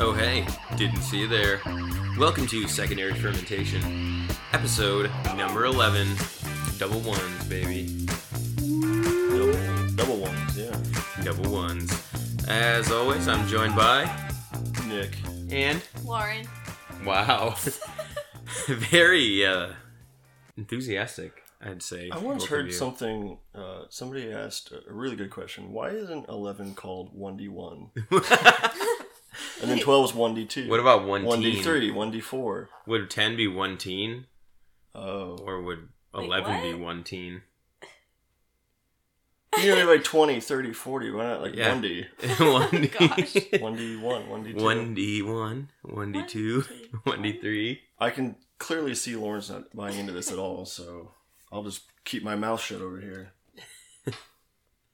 Oh, hey, didn't see you there. Welcome to Secondary Fermentation, episode number 11. Double ones, baby. Double, double ones, yeah. Double ones. As always, I'm joined by. Nick. And. Lauren. Wow. Very uh, enthusiastic, I'd say. I both of once you. heard something, uh, somebody asked a really good question. Why isn't 11 called 1D1? And then 12 is 1D2. what about 1 teen? 1D3, 1D4? Would 10 be 1 teen? Oh. Or would Wait, 11 be what? 1 teen? You know, like 20, 30, 40. Why not like Yeah. 1D? 1D. Gosh. 1D1, 1D2. 1D1, 1D2, 1D3. I can clearly see Lauren's not buying into this at all, so I'll just keep my mouth shut over here.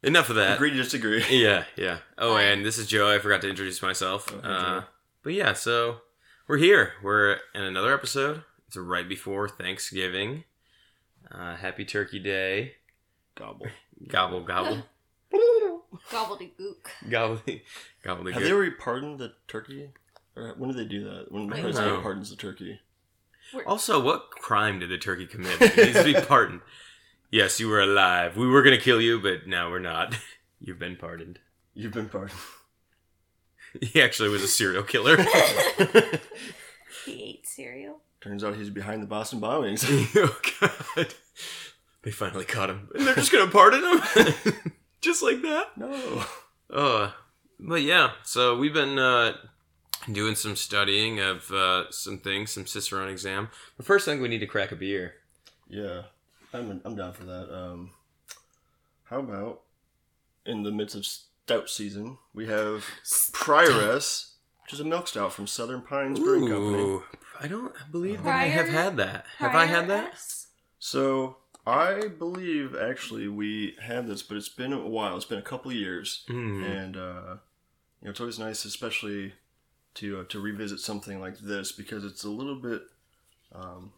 Enough of that. Agree to disagree. Yeah, yeah. Oh, Hi. and this is Joe. I forgot to introduce myself. Okay, uh, Joe. but yeah, so we're here. We're in another episode. It's right before Thanksgiving. Uh, happy Turkey Day. Gobble. Gobble, gobble. Gobbledygook. gobble, gobble. Have they already pardoned the turkey? Or when do they do that? When the I don't president know. pardons the turkey? Also, what crime did the turkey commit? It needs to be pardoned. Yes, you were alive. We were going to kill you, but now we're not. You've been pardoned. You've been pardoned. He actually was a serial killer. He ate cereal. Turns out he's behind the Boston bombings. oh god. They finally caught him. And they're just gonna pardon him? just like that? no. Uh but yeah, so we've been uh doing some studying of uh some things, some Cicerone exam. But first I think we need to crack a beer. Yeah, I'm I'm down for that. Um, how about in the midst of stout season, we have Prioress, which is a milk stout from Southern Pines Brewing Company. Ooh. I don't I believe that I have Prior- had that. Have I had that? Prioress? So I believe actually we had this, but it's been a while. It's been a couple of years, Mm. and uh, you know it's always nice, especially to uh, to revisit something like this because it's a little bit, um,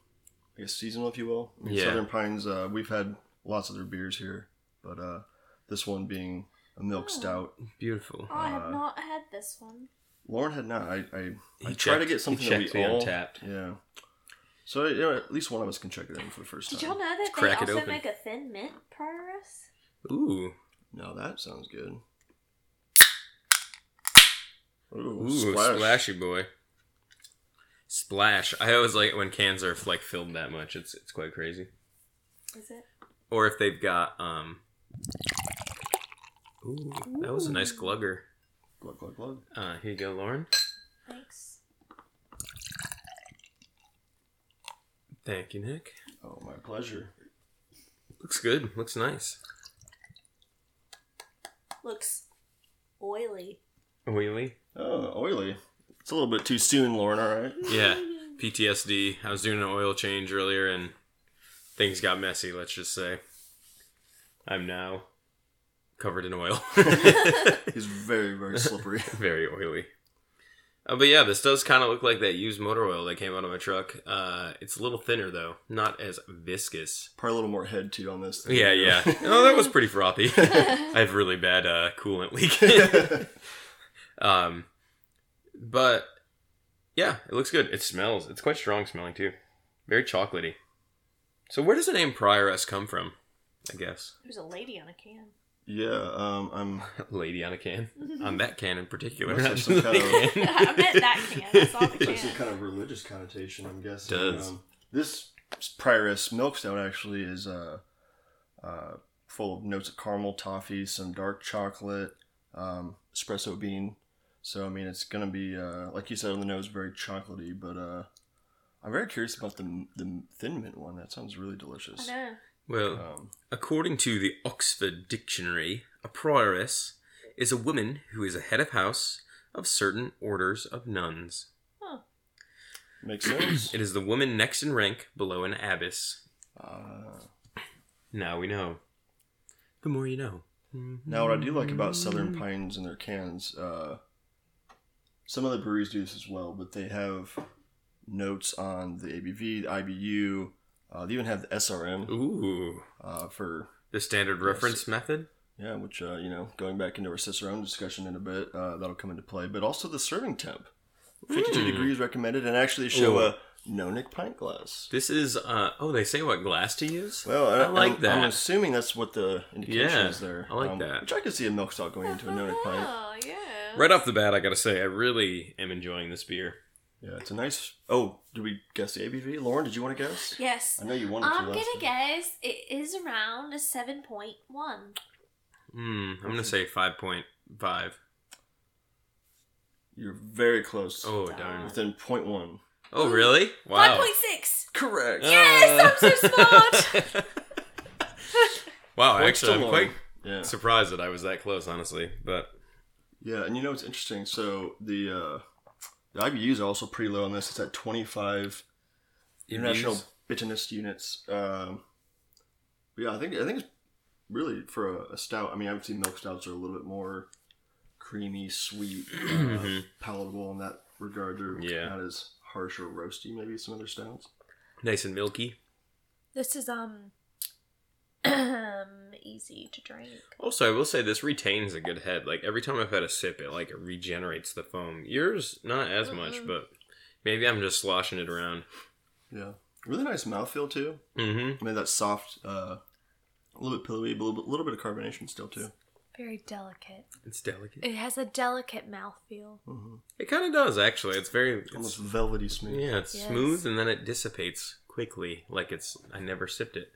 I guess seasonal, if you will. I mean, Yeah. Southern Pines. Uh, we've had lots of their beers here, but uh, this one being a milk Oh. stout. Beautiful. Oh, I have Uh, not had this one. Lauren had not. I I, I He tried to checked- get something he that checked we the all untapped. yeah. So you know, at least one of us can check it in for the first Did time. y'all know that they crack it also open. make a thin mint prioress? Ooh. No, that sounds good. Ooh, Ooh, splash. splashy boy. Splash. I always like it when cans are like filled that much. It's it's quite crazy. Is it? or if they've got um ooh, that was a nice Ooh. glugger Glug, glug, glug. uh here you go lauren Thanks. thank you nick Oh, my pleasure. looks good looks nice Looks oily. oily Oh, oily. It's a little bit too soon, Lauren. All right. yeah ptsd i was doing an oil change earlier and things got messy let's just say i'm now covered in oil He's very, very slippery. very oily uh, but yeah this does kind of look like that used motor oil that came out of my truck uh it's a little thinner though not as viscous Probably a little more head too on this. Yeah, yeah. Oh, that was pretty frothy. I have really bad uh, coolant leak. um, but yeah, it looks good. It smells. It's quite strong smelling too. Very chocolatey. So where does the name Prioress come from? I guess There's a lady on a can. yeah. Um, I'm. lady on a can. on that can in particular. Must have not just some the kind of- can. I meant that can. I saw the Like some can. kind of religious connotation, I'm guessing. Does. Um, this Prioress milk stout actually is uh, uh, full of notes of caramel, toffee, some dark chocolate, um, espresso bean. So I mean, it's gonna be uh, like you said on the nose, very chocolatey. But uh, I'm very curious about the the thin mint one. That sounds really I delicious. know. Well, Um, According to the Oxford Dictionary, a prioress is a woman who is a head of house of certain orders of nuns. Huh. makes sense. It is the woman next in rank below an abbess. Uh, Now we know. The more you know. Now, what I do like about Southern Pines and their cans, uh, some other breweries do this as well, but they have notes on the ABV, the IBU. Uh, they even have the SRM Ooh, uh, for the standard reference method. yeah, which uh, you know, going back into our Cicerone discussion in a bit, uh, that'll come into play. But also the serving temp. 52 Mm. degrees recommended, and actually they show Ooh. a Nonic pint glass. This is uh oh, they say what glass to use. Well, I, I like am that. I'm assuming that's what the indication Yeah, is there. um, I like that. Which I could see a milk stout going into a Nonic pint. Oh, yeah. right off the bat, I gotta say, I really am enjoying this beer. Yeah, it's a nice. Oh, did we guess the ABV? Lauren, did you want to guess? Yes. I know you wanted to. I'm last gonna time. guess it is around a 7.1. Hmm, I'm gonna say five point five. You're very close. Oh darn! Within point one. Oh really? Wow. 5.6! Correct. Oh, Yes, I'm so smart. wow, actually, I'm quite Yeah. surprised that I was that close, honestly. But Yeah, and you know what's interesting? So the uh, the IBUs are also pretty low on this. It's at 25 international bitterness units. Um, but yeah, I think I think it's really for a, a stout. I mean, obviously milk stouts are a little bit more creamy, sweet, uh, Mhm. palatable in that regard. They're Yeah. not as harsh or roasty, maybe as some other stouts. nice and milky. This is, um, um, easy to drink. Also, I will say this retains a good head. Like every time I've had a sip, it like regenerates the foam. Yours not as much, Mhm. but maybe I'm just sloshing it around. Yeah, really nice mouthfeel too. Mm-hmm. I mean, that soft, uh, a little bit pillowy, but a little bit, little bit of carbonation still too. Very delicate. It's delicate. It has a delicate mouthfeel. hmm It kind of does actually. It's very it's- Almost velvety smooth. Yeah, it's Yes. smooth and then it dissipates quickly, like it's I never sipped it.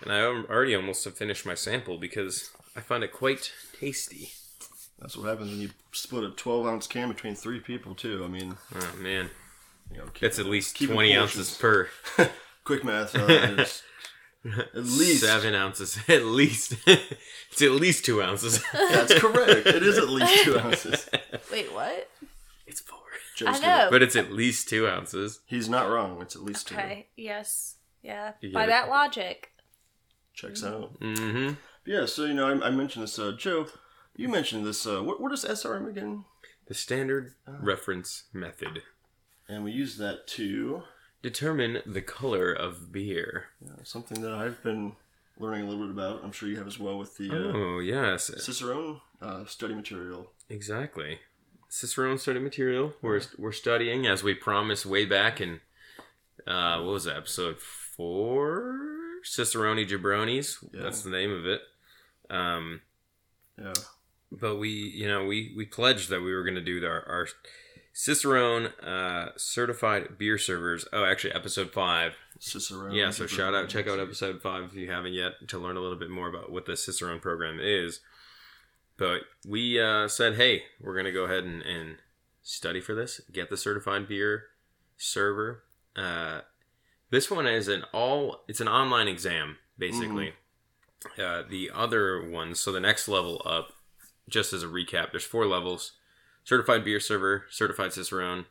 And I al- already almost have finished my sample because I find it quite tasty. That's what happens when you split a 12 ounce can between three people, too. I mean, Oh man, you know, keep, that's at least Keep it twenty portions. ounces per. quick math. Uh, is at least seven ounces, at least. it's at least two ounces. That's correct. It is at least two ounces. Wait, what? it's four, Joe's I know. but it's at least two ounces. doing- He's not wrong. It's at least two. Okay, yes. Yeah. You By get it. that logic. Checks out. Mm-hmm. Yeah, so, you know, I, I mentioned this. Uh, Joe, you mentioned this. Uh, what, what is SRM again? The standard reference method And we use that to determine the color of beer. uh, something that I've been learning a little bit about. I'm sure you have as well with the uh, Oh yes, Cicerone uh, study material. Exactly. Cicerone study material. We're we're studying as we promised way back in uh, what was that episode four? Cicerone jabronis. Yeah. That's the name of it. Um, Yeah. but we you know we we pledged that we were going to do our, our Cicerone uh, certified beer servers. Oh, actually, episode five. Cicerone. Yeah, so shout out, check out episode five if you haven't yet to learn a little bit more about what the Cicerone program is. But we uh, said, hey, we're going to go ahead and, and study for this, get the certified beer server. Uh, this one is an all, it's an online exam, basically. Uh, the other one, so the next level up, just as a recap, there's four levels certified beer server, certified Cicerone.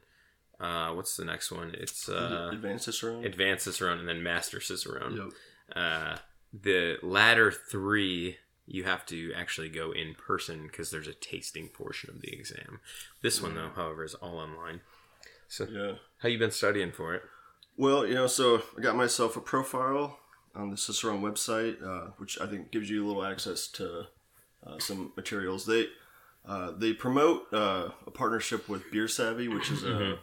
Uh, what's the next one? It's uh, Advanced Cicerone. advanced Cicerone and then master Cicerone. Yep. Uh, the latter three you have to actually go in person because there's a tasting portion of the exam. This one though, however, is all online. So Yeah. how you been studying for it? Well, you know, so I got myself a profile Um, on the Cicerone website, uh, which I think gives you a little access to uh, some materials. They uh, they promote uh, a partnership with Beer Savvy, which is a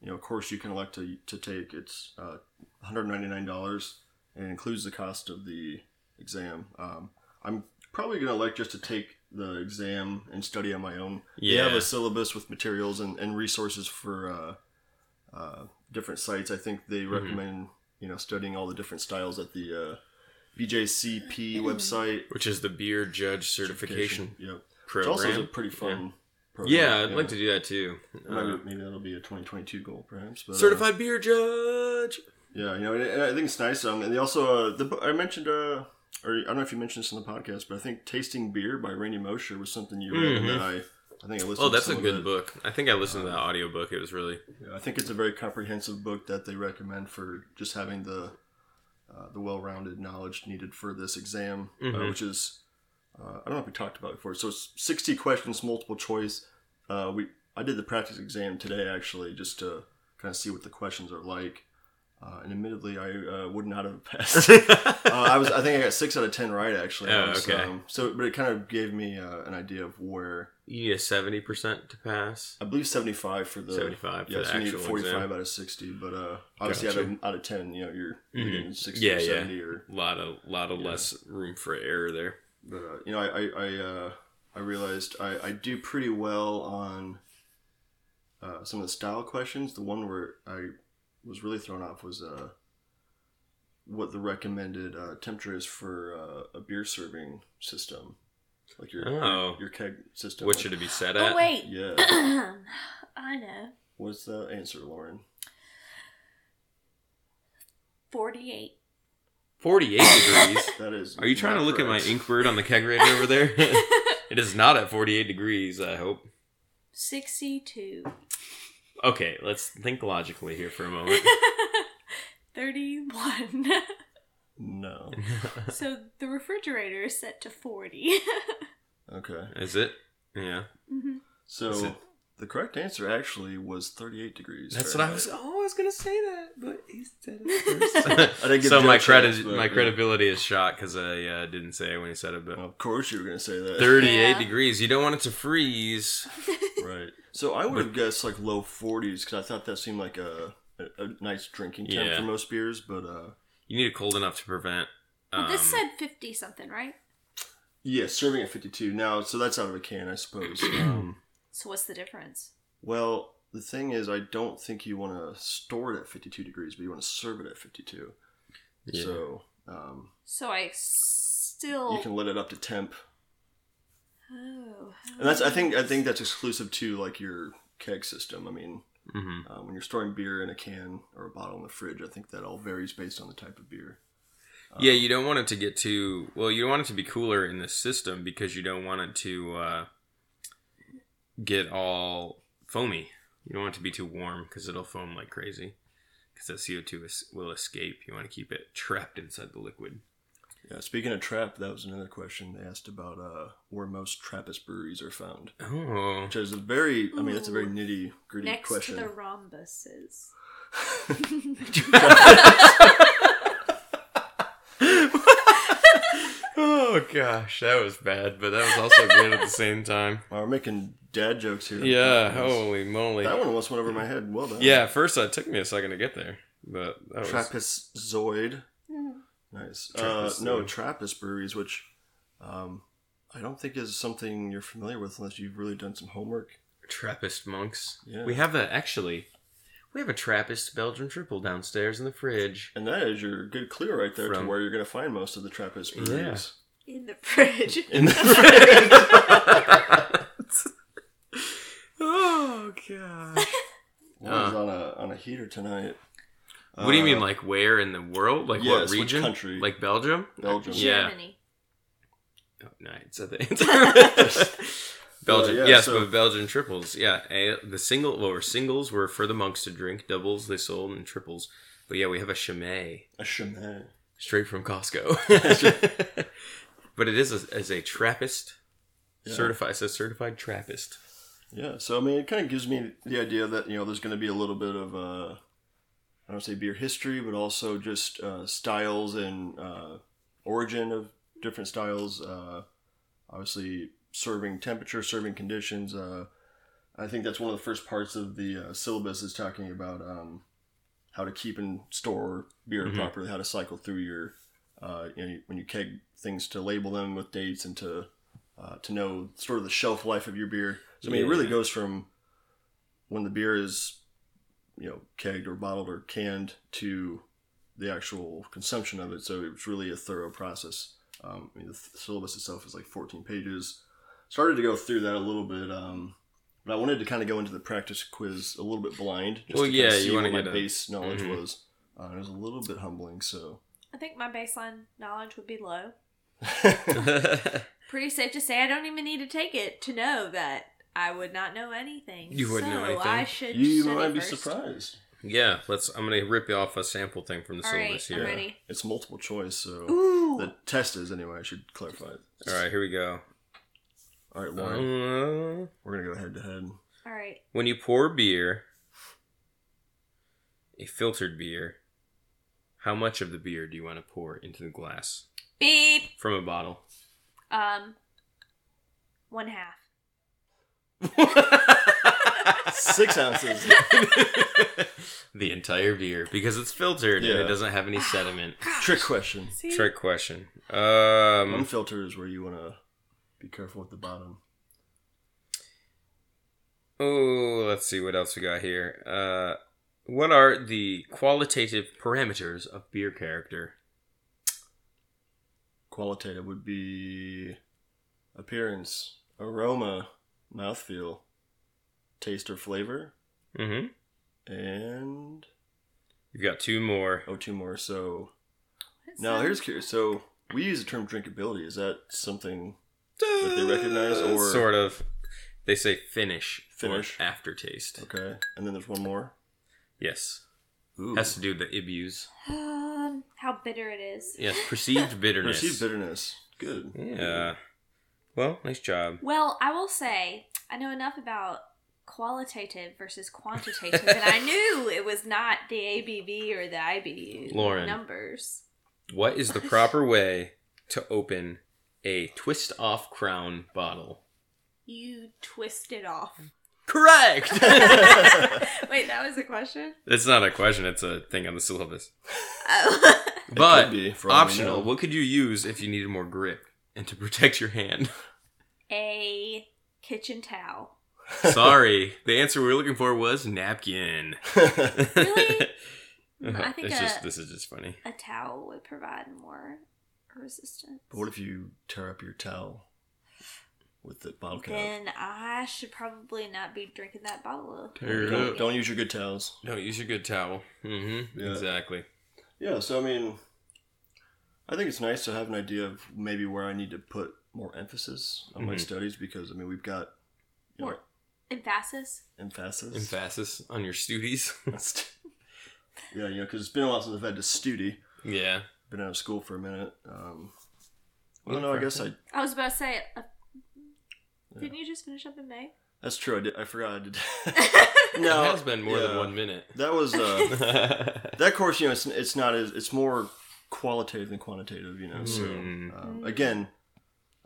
you know course you can elect to, to take. It's uh, one hundred ninety nine dollars and it includes the cost of the exam. Um, I'm probably gonna elect just to take the exam and study on my own. They have Yeah. a syllabus with materials and, and resources for. Uh, uh, different sites. I think Mm-hmm. they recommend you know studying all the different styles at the uh, BJCP website Which is the beer judge certification Yep, which program. also is a pretty fun. Program. yeah, I'd like to do that too. Uh, Maybe, maybe that'll be a 2022 goal, perhaps. But, uh, certified beer judge. yeah, you know, and I and I think it's nice. Um, and they also uh, the bo- I mentioned uh, or I don't know if you mentioned this in the podcast, but I think "Tasting Beer" by Randy Mosher was something you read and Mhm. that I I think I listened. Oh, that's to a some of good it. book. I think I listened to Um, that audiobook. It was really Yeah, I think it's a very comprehensive book that they recommend for just having the uh, the well-rounded knowledge needed for this exam, uh, Mhm. which is uh, I don't know if we talked about it before. So it's sixty questions, multiple choice. Uh, we I did the practice exam today actually just to kind of see what the questions are like. Uh, and admittedly, I uh, would not have passed. uh, I I was, I think, I got six out of ten right actually. Oh, I was, okay. um, so, but it kind of gave me uh, an idea of where you need a seventy percent to pass. I believe seventy-five for the Seventy-five Yeah, for so the Uh, you need actual 45 exam. out of 60, but uh, obviously out, Gotcha. of, out of 10, you know, you're, Mhm. you're getting 60 Yeah, or yeah. 70 or, lot of lot of Yeah. less room for error there. but, uh, you know, I, I, I, uh, I realized I, I do pretty well on uh, some of the style questions. The one where I was really thrown off was uh, what the recommended uh, temperature is for uh, a beer serving system, like your, Oh. your keg system. What Like- should it be set at? Oh wait. Yeah. I know. What's the answer, Lauren? 48. Forty-eight degrees. That is. Are you trying not to look at my correct. ink bird on the kegerator over there? it is not at forty-eight degrees. I hope. 62. Okay, let's think logically here for a moment. 31. No. so the refrigerator is set to 40. Okay. Is it? Yeah. Mhm. Is So it- the correct answer actually was 38 degrees. That's what I was. Oh, I was gonna say that, but he said it I didn't first. give so Joe my a credit, chance, but, my yeah. credibility is shot because I uh, didn't say it when he said it, but Well, of course you were going to say that. thirty-eight Yeah. degrees. You don't want it to freeze. Right. So I would have guessed like low 40s because I thought that seemed like a, a, a nice drinking temp Yeah. for most beers, but uh, You need it cold enough to prevent. Well, this um, said 50 something, right? yeah, serving at 52 now, so that's out of a can, I suppose. um, So what's the difference? well, the thing is, I don't think you want to store it at 52 degrees, but you want to serve it at 52. yeah. So um, So I still. you can let it up to temp. Oh. And that's I think I think that's exclusive to like your keg system. I mean, hmm Uh, when you're storing beer in a can or a bottle in the fridge, I think that all varies based on the type of beer. Um, yeah, you don't want it to get too well. You want it to be cooler in the system because you don't want it to uh, get all foamy. You don't want it to be too warm because it'll foam like crazy. Because that CO two is, will escape. You want to keep it trapped inside the liquid. yeah, speaking of trap, that was another question they asked about uh, where most Trappist breweries are found, Oh, which is a very I mean that's a very Ooh. nitty gritty Next question. to the rhombuses. oh gosh, that was bad, but that was also good at the same time. Wow, we're making dad jokes here. Yeah, That was- holy moly. that one almost went over my head. Well done. Yeah, at first uh, it took me a second to get there, but that was Trappistoid. Hmm. Nice. Uh, Trappist no, Zoid. Trappist breweries, which um, I don't think is something you're familiar with unless you've really done some homework. Trappist monks. Yeah. We have a actually, we have a Trappist Belgian triple downstairs in the fridge. And that is your good clue right there From- to where you're going to find most of the Trappist breweries. In the fridge. In the oh god. I was on a on a heater tonight. What do you mean, Uh, like where in the world? Like yes, what what region? country? Like Belgium? Belgium? Yeah. Germany. Oh, no, it's at the answer. Belgium, Uh, yeah, yes, so- but Belgian triples, yeah. A, the single, well, singles were for the monks to drink. Doubles they sold and triples, but yeah, we have a chimay. A Chimay. straight from Costco. but it is a, as a Trappist Yeah. certified. It says certified Trappist. Yeah. So I mean, it kind of gives me the idea that you know there's going to be a little bit of uh, I don't say beer history, but also just uh, styles and uh, origin of different styles. Uh, obviously, serving temperature, serving conditions. Uh, I think that's one of the first parts of the uh, syllabus is talking about um, how to keep and store beer Mhm. properly, how to cycle through your uh, you know when you keg things to label them with dates and to uh, to know sort of the shelf life of your beer. So I mean, it really Yeah. goes from when the beer is you know kegged or bottled or canned to the actual consumption of it. So it's really a thorough process. Um, I mean, the th- syllabus itself is like 14 pages. Started to go through that a little bit, um, but I wanted to kind of go into the practice quiz a little bit blind. Just Well, to yeah, kind of you see wanna what my get a- base knowledge Mhm. was. Uh, it was a little bit humbling, so I think my baseline knowledge would be low. yeah, Pretty safe to say I don't even need to take it to know that I would not know anything. You wouldn't so know I anything. should you study might be first. surprised. yeah, let's. I'm gonna rip you off a sample thing from the All right, syllabus I'm here. ready. It's multiple choice, so Ooh. the test is anyway. I should clarify. it. All right, here we go. all right, Lauren, Uh, we're gonna go head to head. All right. when you pour beer, a filtered beer, How much of the beer do you want to pour into the glass Beep. from a bottle? Um, one half. Six ounces. the entire beer because it's filtered and Yeah. it doesn't have any sediment. Trick question. See? Trick question. Um, Unfiltered is where you want to be careful with the bottom. oh, let's see what else we got here. Uh, what are the qualitative parameters of beer character? Qualitative would be appearance, aroma, mouthfeel, taste or flavor, Mm-hmm. and You've got two more. oh, two more. So That now here's sounds- curious. So we use the term drinkability. Is that something? That they recognize, or- Uh, sort of. They say finish, or Finish. aftertaste. Okay, and then there's one more. Yes, Ooh. has to do with the ibus. Um, how bitter it is. Yes, perceived bitterness. Perceived bitterness. Good. Yeah. Well, nice job. Well, I will say I know enough about qualitative versus quantitative, and I knew it was not the ABV or the IBU Lauren. numbers. What is the proper way to open a twist off crown bottle? You twist it off. Correct. Wait, that was a question. it's not a question, it's a thing on the syllabus. Oh. It But could be, for all we optional, know. what could you use if you needed more grip and to protect your hand? a kitchen towel. Sorry, the answer we were looking for was napkin. Really? I think uh, it's a, just this is just funny. a towel would provide more resistance. But what if you tear up your towel with the bottle cap? then I should probably not be drinking that bottle. of Tear it beer. up. Don't, don't use your good towels. No, use your good towel. Mm-hmm. Yeah. Exactly. Yeah, so I mean, I think it's nice to have an idea of maybe where I need to put more emphasis on my Mhm. studies because I mean we've got you know, More emphasis. emphasis. Emphasis on your studies. yeah, you know, because it's been a while since I've had to study. yeah. Been out of school for a minute. Um, I Yeah, don't know. I correct. guess I. I was about to say, uh, didn't you just finish up in May? That's true. I did. I forgot I did. it has been more than yeah. one minute. That was uh, mm-hmm. that course. You know, it's it's not as it's more qualitative than quantitative. You know, so Mm. um, Mm. again,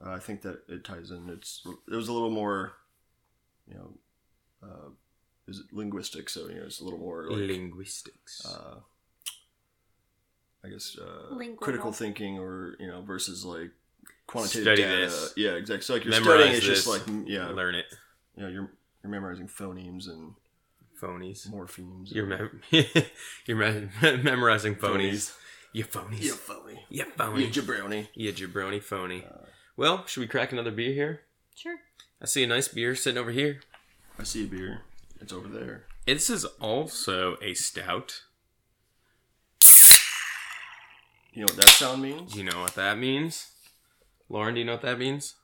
uh, I think that it ties in. It's it was a little more, you know, uh, is it linguistic? So you know, it's a little more like, Linguistics. uh, I guess uh, Lingual. critical thinking, or you know, versus like quantitative Study data. this. Yeah, exactly. So like you're Memorize studying, it's just this. like mm, yeah, Learn it. you know, you're you're memorizing phonemes and Phonies. morphemes. You're, and- mem- you're me- memorizing phonies. You phonies. You phony. You You phony. jabroni. You jabroni phony. Uh, Well, should we crack another beer here? Sure. I see a nice beer sitting over here. I see a beer. It's over there. This is also a stout. You know what that sound means? Do you know what that means? Lauren, do you know what that means?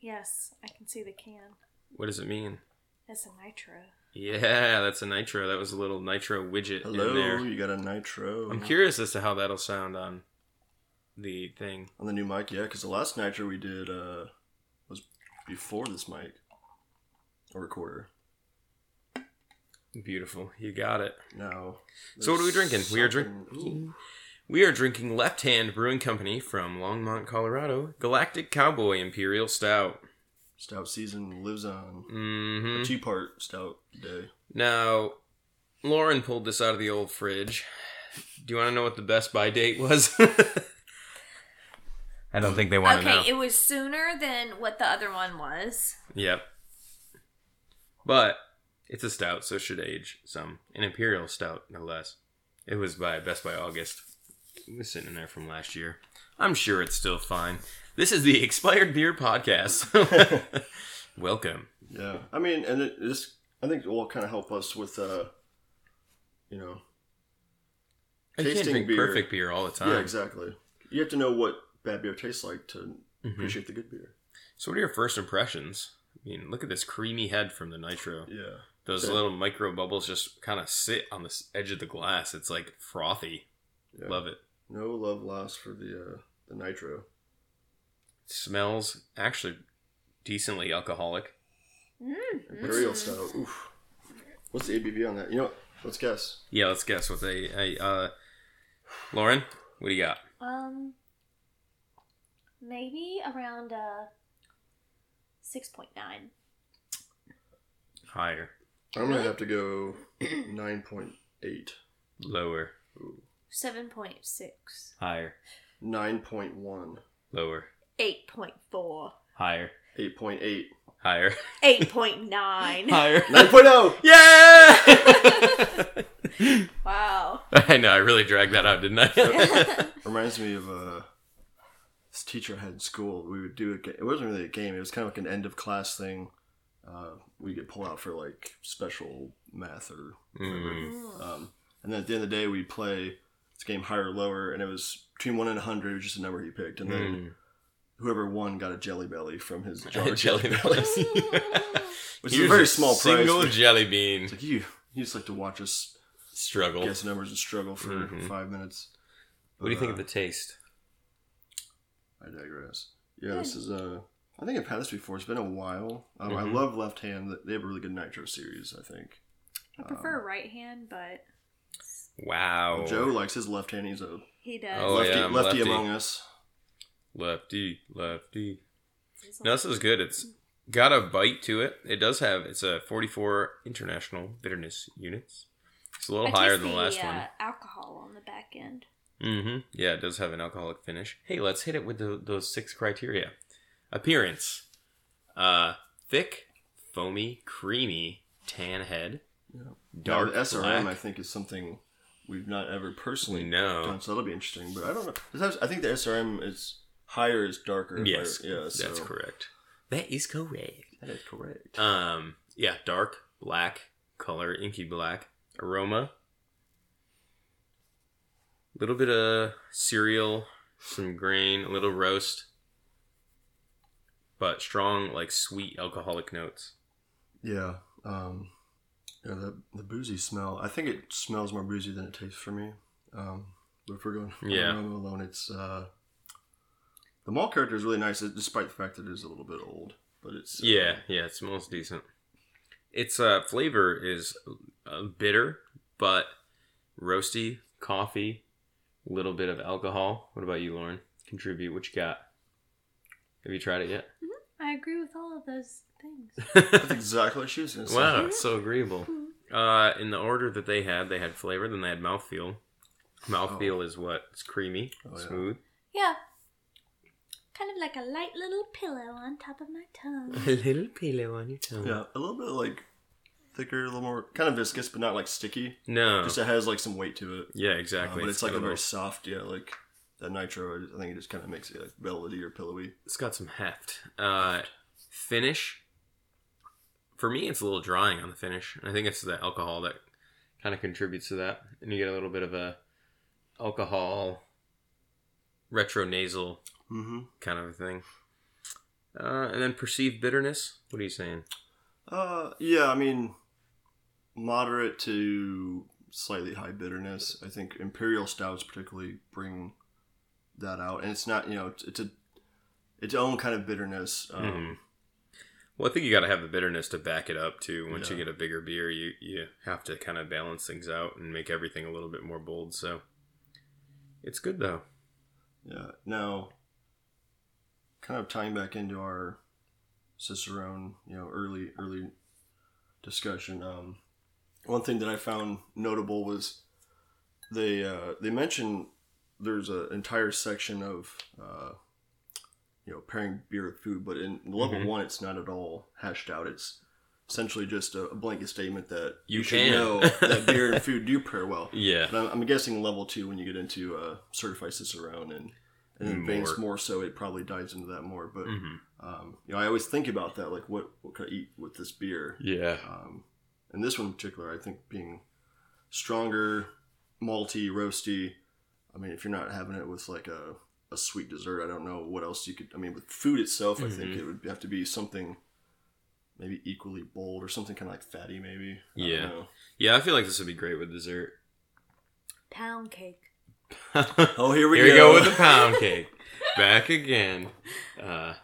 Yes, I can see the can. What does it mean? That's a nitro. Yeah, that's a nitro. That was a little nitro widget in Hello, there. you got a nitro. I'm curious as to how that'll sound on the thing. On the new mic, yeah, because the last nitro we did uh, was before this mic or recorder. Beautiful. You got it. Now. So what are we drinking? We are something- drinking. We are drinking Left Hand Brewing Company from Longmont, Colorado. Galactic Cowboy Imperial Stout. Stout season lives on. hmm Two part stout day. Now, Lauren pulled this out of the old fridge. Do you want to know what the best by date was? I don't think they want to okay, know. it was sooner than what the other one was. Yep. But it's a stout, so it should age some. An imperial stout, no less. It was by best by August. It was sitting in there from last year. I'm sure it's still fine. This is the Expired Beer Podcast. Welcome. Yeah. I mean, and it, this, I think, will kind of help us with, uh, you know, I can't Tasting drink beer. perfect beer all the time. yeah, exactly. You have to know what bad beer tastes like to Mhm. appreciate the good beer. So, what are your first impressions? I mean, look at this creamy head from the nitro. Yeah. Those Yeah. little micro bubbles just kind of sit on the s- edge of the glass. It's like frothy. yeah. Love it. No love lost for the uh, the nitro. Smells actually decently alcoholic. Imperial stout. Oof. What's the ABV on that? You know, what? let's guess. Yeah, let's guess what they. I, uh, Lauren, what do you got? Um, maybe around uh six point nine. Higher, I'm gonna have to go nine point eight. lower, Seven point six. higher, Nine point one. lower, Eight point four. higher, Eight point eight. higher, Eight point nine. higher. Nine point oh! yeah! wow. I know, I really dragged that out, didn't I? Reminds me of uh, this teacher I had in school. We would do a ga- it wasn't really a game. It was kind of like an end of class thing. Uh, we get pulled out for like special math or Mm. Mm. um, and then at the end of the day we play this game higher or lower, and it was between one and a hundred, was just a number he picked, and then Mm. whoever won got a jelly belly from his jar. Jelly bellies. which is a very small prize. Single but- jelly bean It's like you, you just like to watch us struggle. guess numbers and struggle for Mhm. five minutes. What do you think of the But, taste? uh, I digress. Yeah, this is Uh, I think I've had this before. It's been a while. Um, I Mhm. love Left Hand. They have a really good Nitro series. I think Um, I prefer right hand, but Wow. Joe likes his Left Hand. He's a he does. Oh, lefty, yeah, I'm lefty lefty. among us. Lefty, lefty. He's No, like- this is good. It's got a bite to it. It does have. It's a 44 international bitterness units. It's a little I higher taste than the last one. uh, Alcohol on the back end. Mm-hmm. Yeah, it does have an alcoholic finish. Hey, let's hit it with the, those six criteria: appearance, uh, thick, foamy, creamy, tan head, Yeah. Now, dark the SRM, I black. think, is something we've not ever personally No, done. So that'll be interesting. But I don't know. Sometimes- I think the SRM is higher is darker. if I- yes, yeah, so- that's correct. That is correct. That is correct. Um, yeah, dark black color, inky black aroma, little bit of cereal, some grain, a little roast, but strong like sweet alcoholic notes. Yeah. Um, yeah, the, the boozy smell. I think it smells more boozy than it tastes for me. Um, but if we're going Yeah. yeah. alone, it's uh, the malt character is really nice, despite the fact that it is a little bit old. But it's uh, Yeah, yeah, it smells decent. Its uh, flavor is uh, bitter, but roasty, coffee, a little bit of alcohol. What about you, Lauren? Contribute. What you got? Have you tried it yet? I agree with all of those things. that's exactly what she was gonna say. wow, it's so agreeable. Uh, in the order that they had, they had flavor, then they had mouthfeel. Mouthfeel is what? It's creamy, Oh, yeah. smooth. Yeah. Kind of like a light little pillow on top of my tongue. little pillow on your tongue. Yeah, a little bit like thicker, a little more kind of viscous, but not like sticky. No. Just it has like some weight to it. Yeah, Uh, exactly. but it's, like a got very little- soft, yeah, like that nitro. I think it just kind of makes it like velvety or pillowy. it's got some heft. Uh, finish. For me, it's a little drying on the finish. I think it's the alcohol that kind of contributes to that, and you get a little bit of a alcohol retro nasal Mm-hmm. kind of a thing. Uh, and then perceived bitterness. What are you saying? Uh, yeah, I mean, moderate to slightly high bitterness. I think imperial stouts particularly bring that out, and it's not you know it's, it's a its own kind of bitterness. Um, Mhm. Well, I think you got to have the bitterness to back it up too. Once you Yeah. get a bigger beer, you you have to kind of balance things out and make everything a little bit more bold. So it's good though. Yeah. Now, kind of tying back into our Cicerone, you know, early early discussion. Um, one thing that I found notable was they uh, they mentioned there's an entire section of uh, you know pairing beer with food, but in level Mhm. one, it's not at all hashed out. It's essentially just a blanket statement that You should can. know that beer and food do pair well. Yeah. But I'm, I'm guessing level two when you get into uh, certified Cicerone and and then advanced More. more so, it probably dives into that more. But hmm um, you know, I always think about that, like what what could I eat with this beer? Yeah. Um, and this one in particular, I think being stronger, malty, roasty. I mean, if you're not having it with like a a sweet dessert, I don't know what else you could. I mean, with food itself, I think Mhm. it would have to be something maybe equally bold or something kind of like fatty, maybe. I don't Yeah. know. Yeah, I feel like this would be great with dessert. Pound cake. Oh, here we Here we go. go with the pound cake. Back again. Uh,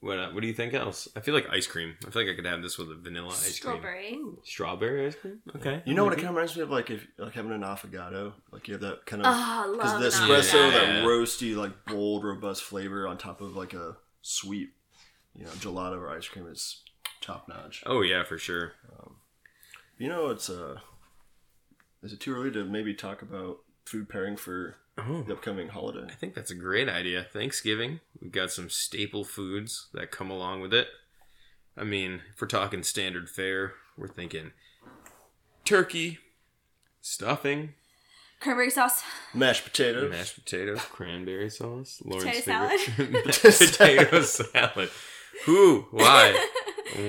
What uh, What do you think else? I feel like ice cream. I feel like I could have this with a vanilla ice Strawberry. cream. Strawberry ice cream. Okay. You know what it kind of reminds me of? Like if like having an affogato, like you have that kind of Oh, I because love the an espresso, avocado. Yeah. that roasty, like bold, robust flavor on top of like a sweet, you know, gelato or ice cream is top notch. Oh yeah, for sure. You know, it's uh, is it too early to maybe talk about food pairing for Oh, the upcoming holiday? I think that's a great idea. Thanksgiving, we've got some staple foods that come along with it. I mean, if we're talking standard fare, we're thinking turkey, stuffing, Cranberry sauce. Mashed potatoes. mashed potatoes, cranberry sauce, Lauren's Potato favorite potato salad. Who? Why?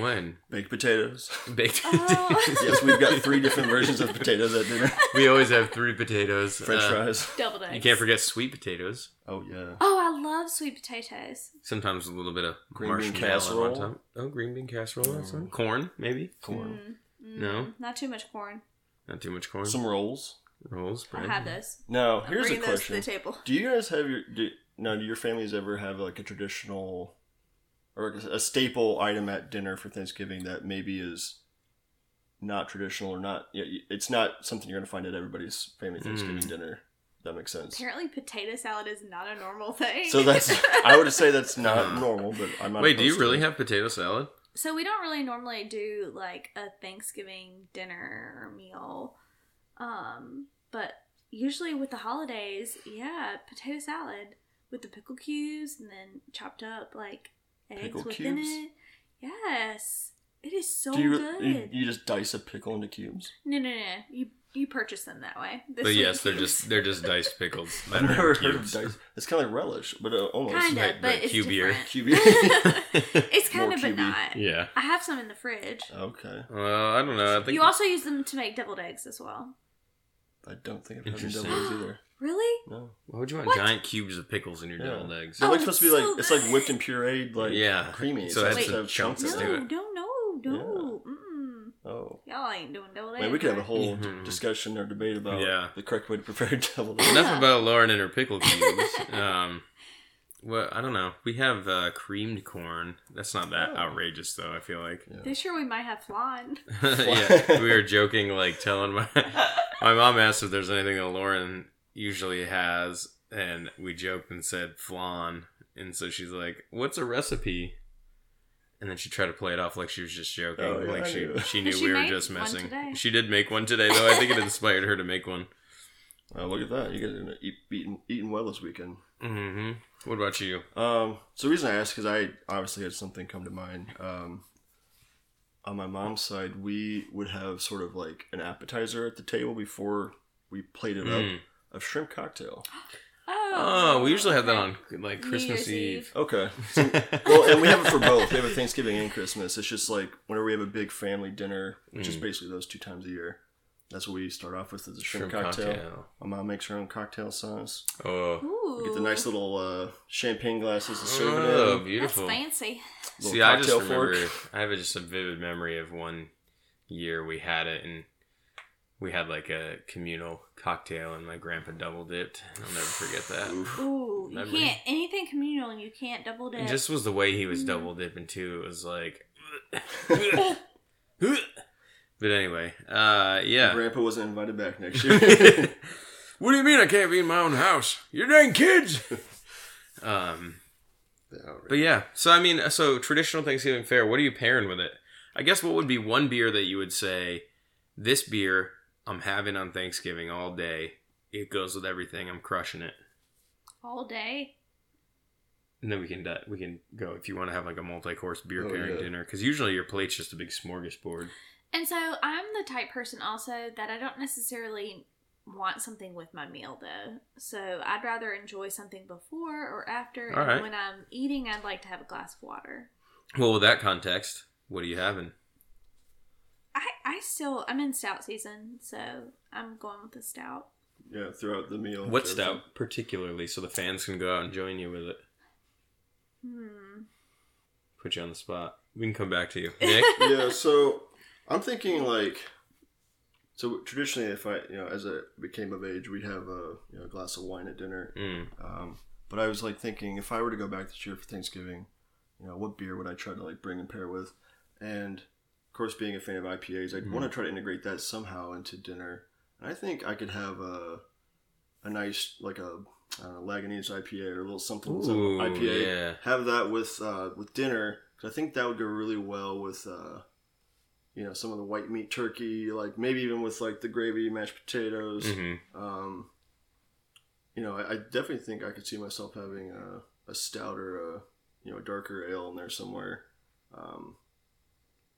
when? Baked potatoes. Baked Oh. yes, we've got three different versions of potatoes at dinner. We always have three potatoes. French Uh, fries. Double eggs. You can't forget sweet potatoes. Oh yeah. Oh, I love sweet potatoes. Sometimes a little bit of Green bean marshmallow casserole. Mm. on top. Oh, green bean casserole. That's one. Corn, maybe. Mm. Corn. No, Not too much corn. not too much corn. Some rolls. rolls. I'll bread. have those. Now, I'm here's a bringing those to question. the table. Do you guys have your do, now? Do your families ever have like a traditional or a staple item at dinner for Thanksgiving that maybe is not traditional or not? yeah, It's not something you're going to find at everybody's family Thanksgiving Mm. dinner. That makes sense. Apparently, potato salad is not a normal thing. So that's I would say that's Hmm. not normal, but I'm not. Wait, do you opposed to really it. have potato salad? So we don't really normally do like a Thanksgiving dinner meal, um, but usually with the holidays, yeah, potato salad with the pickle cubes and then chopped up like eggs Pickle within cubes? it. Yes, it is so Do you, good. you you just dice a pickle into cubes? no, no, no. You you purchase them that way. This But is yes, they're cubes. just they're just diced pickles. I've never heard of Cubes. dice. It's kind of like relish, but uh, almost kind Right, of, but but it's cubier. different. Cubier. it's kind More of, but cubey. not. yeah. I have some in the fridge. Okay, Well, I don't know. I think You also use them to make deviled eggs as well. I don't think I've had Interesting. doubles either. Really? No. why would you want What? giant cubes of pickles in your Yeah. deviled eggs? They're Oh, like supposed to be like so it's like whipped good. and pureed, like Yeah. creamy. So it's that's supposed to the have chunks Let's chunks no, of do it. no, no, no. Mm-mm. in it. Oh, Y'all ain't doing deviled eggs. man, we could have a whole d- Mhm. discussion or debate about Yeah. the correct way to prepare deviled eggs. Enough about Lauren and her pickle cubes. um, well, I don't know. We have uh, creamed corn. That's not that Oh. outrageous, though. I feel like. This year we might have flan. yeah, we were joking, like telling my my mom asked if there's anything that Lauren usually has, and we joked and said flan, and so she's like, "What's a recipe?" And then she tried to play it off like she was just joking, Oh, yeah, like I she knew. she knew She we were made just one messing. today. She did make one today, though. I think it inspired her to make one. Oh, look at that! You guys are gonna eat, eating eating well this weekend. hmm What about you? Um, so the reason I asked because I obviously had something come to mind. Um, on my mom's side, we would have sort of like an appetizer at the table before we plated Mm. up of shrimp cocktail. Oh, Oh, we usually have that okay. on like New Christmas Year's Eve. Okay. So, well, and we have it for both. We have it Thanksgiving and Christmas. It's just like whenever we have a big family dinner, which is Mm. basically those two times a year. That's what we start off with is a shrimp, cocktail. My mom makes her own cocktail sauce. Oh, Ooh, We get the nice little uh, champagne glasses to serve oh, it in. beautiful. That's fancy. Little See, I just cocktail fork. remember I have a, just a vivid memory of one year we had it and we had like a communal cocktail and my grandpa double dipped. I'll never forget that. Ooh, you Memory. can't anything communal. You can't double dip. It just was the way he was Mm. double dipping too. It was like, but anyway, uh, yeah. Grandpa wasn't invited back next year. what do you mean I can't be in my own house? You dang kids. Um, But yeah, so I mean, so traditional Thanksgiving fare, what are you pairing with it? I guess what would be one beer that you would say, this beer I'm having on Thanksgiving all day. It goes with everything. I'm crushing it. all day. And then we can di- we can go if you want to have like a multi-course beer Oh, pairing yeah. dinner because usually your plate's just a big smorgasbord. And so I'm the type person also that I don't necessarily want something with my meal though. So I'd rather enjoy something before or after. All and right. when I'm eating, I'd like to have a glass of water. Well, with that context, what are you having? I, I still I'm in stout season, so I'm going with the stout. yeah, throughout the meal. What everything. stout particularly, so the fans can go out and join you with it. Hmm. Put you on the spot. We can come back to you, Nick. yeah, so I'm thinking like, so traditionally, if I you know as I became of age, we'd have a you know a glass of wine at dinner. mm. Um, but I was like thinking if I were to go back this year for Thanksgiving, you know, what beer would I try to like bring and pair with? And of course, being a fan of IPAs, I would Mm-hmm. want to try to integrate that somehow into dinner. And I think I could have a a nice like a I don't know, Lagunitas IPA or a little something some Mm. Ooh, IPA. yeah. Have that with uh, with dinner. 'cause I think that would go really well with uh, you know some of the white meat turkey, like maybe even with like the gravy, mashed potatoes. hmm Um, you know, I, I definitely think I could see myself having a, a stout or a you know a darker ale in there somewhere. Um,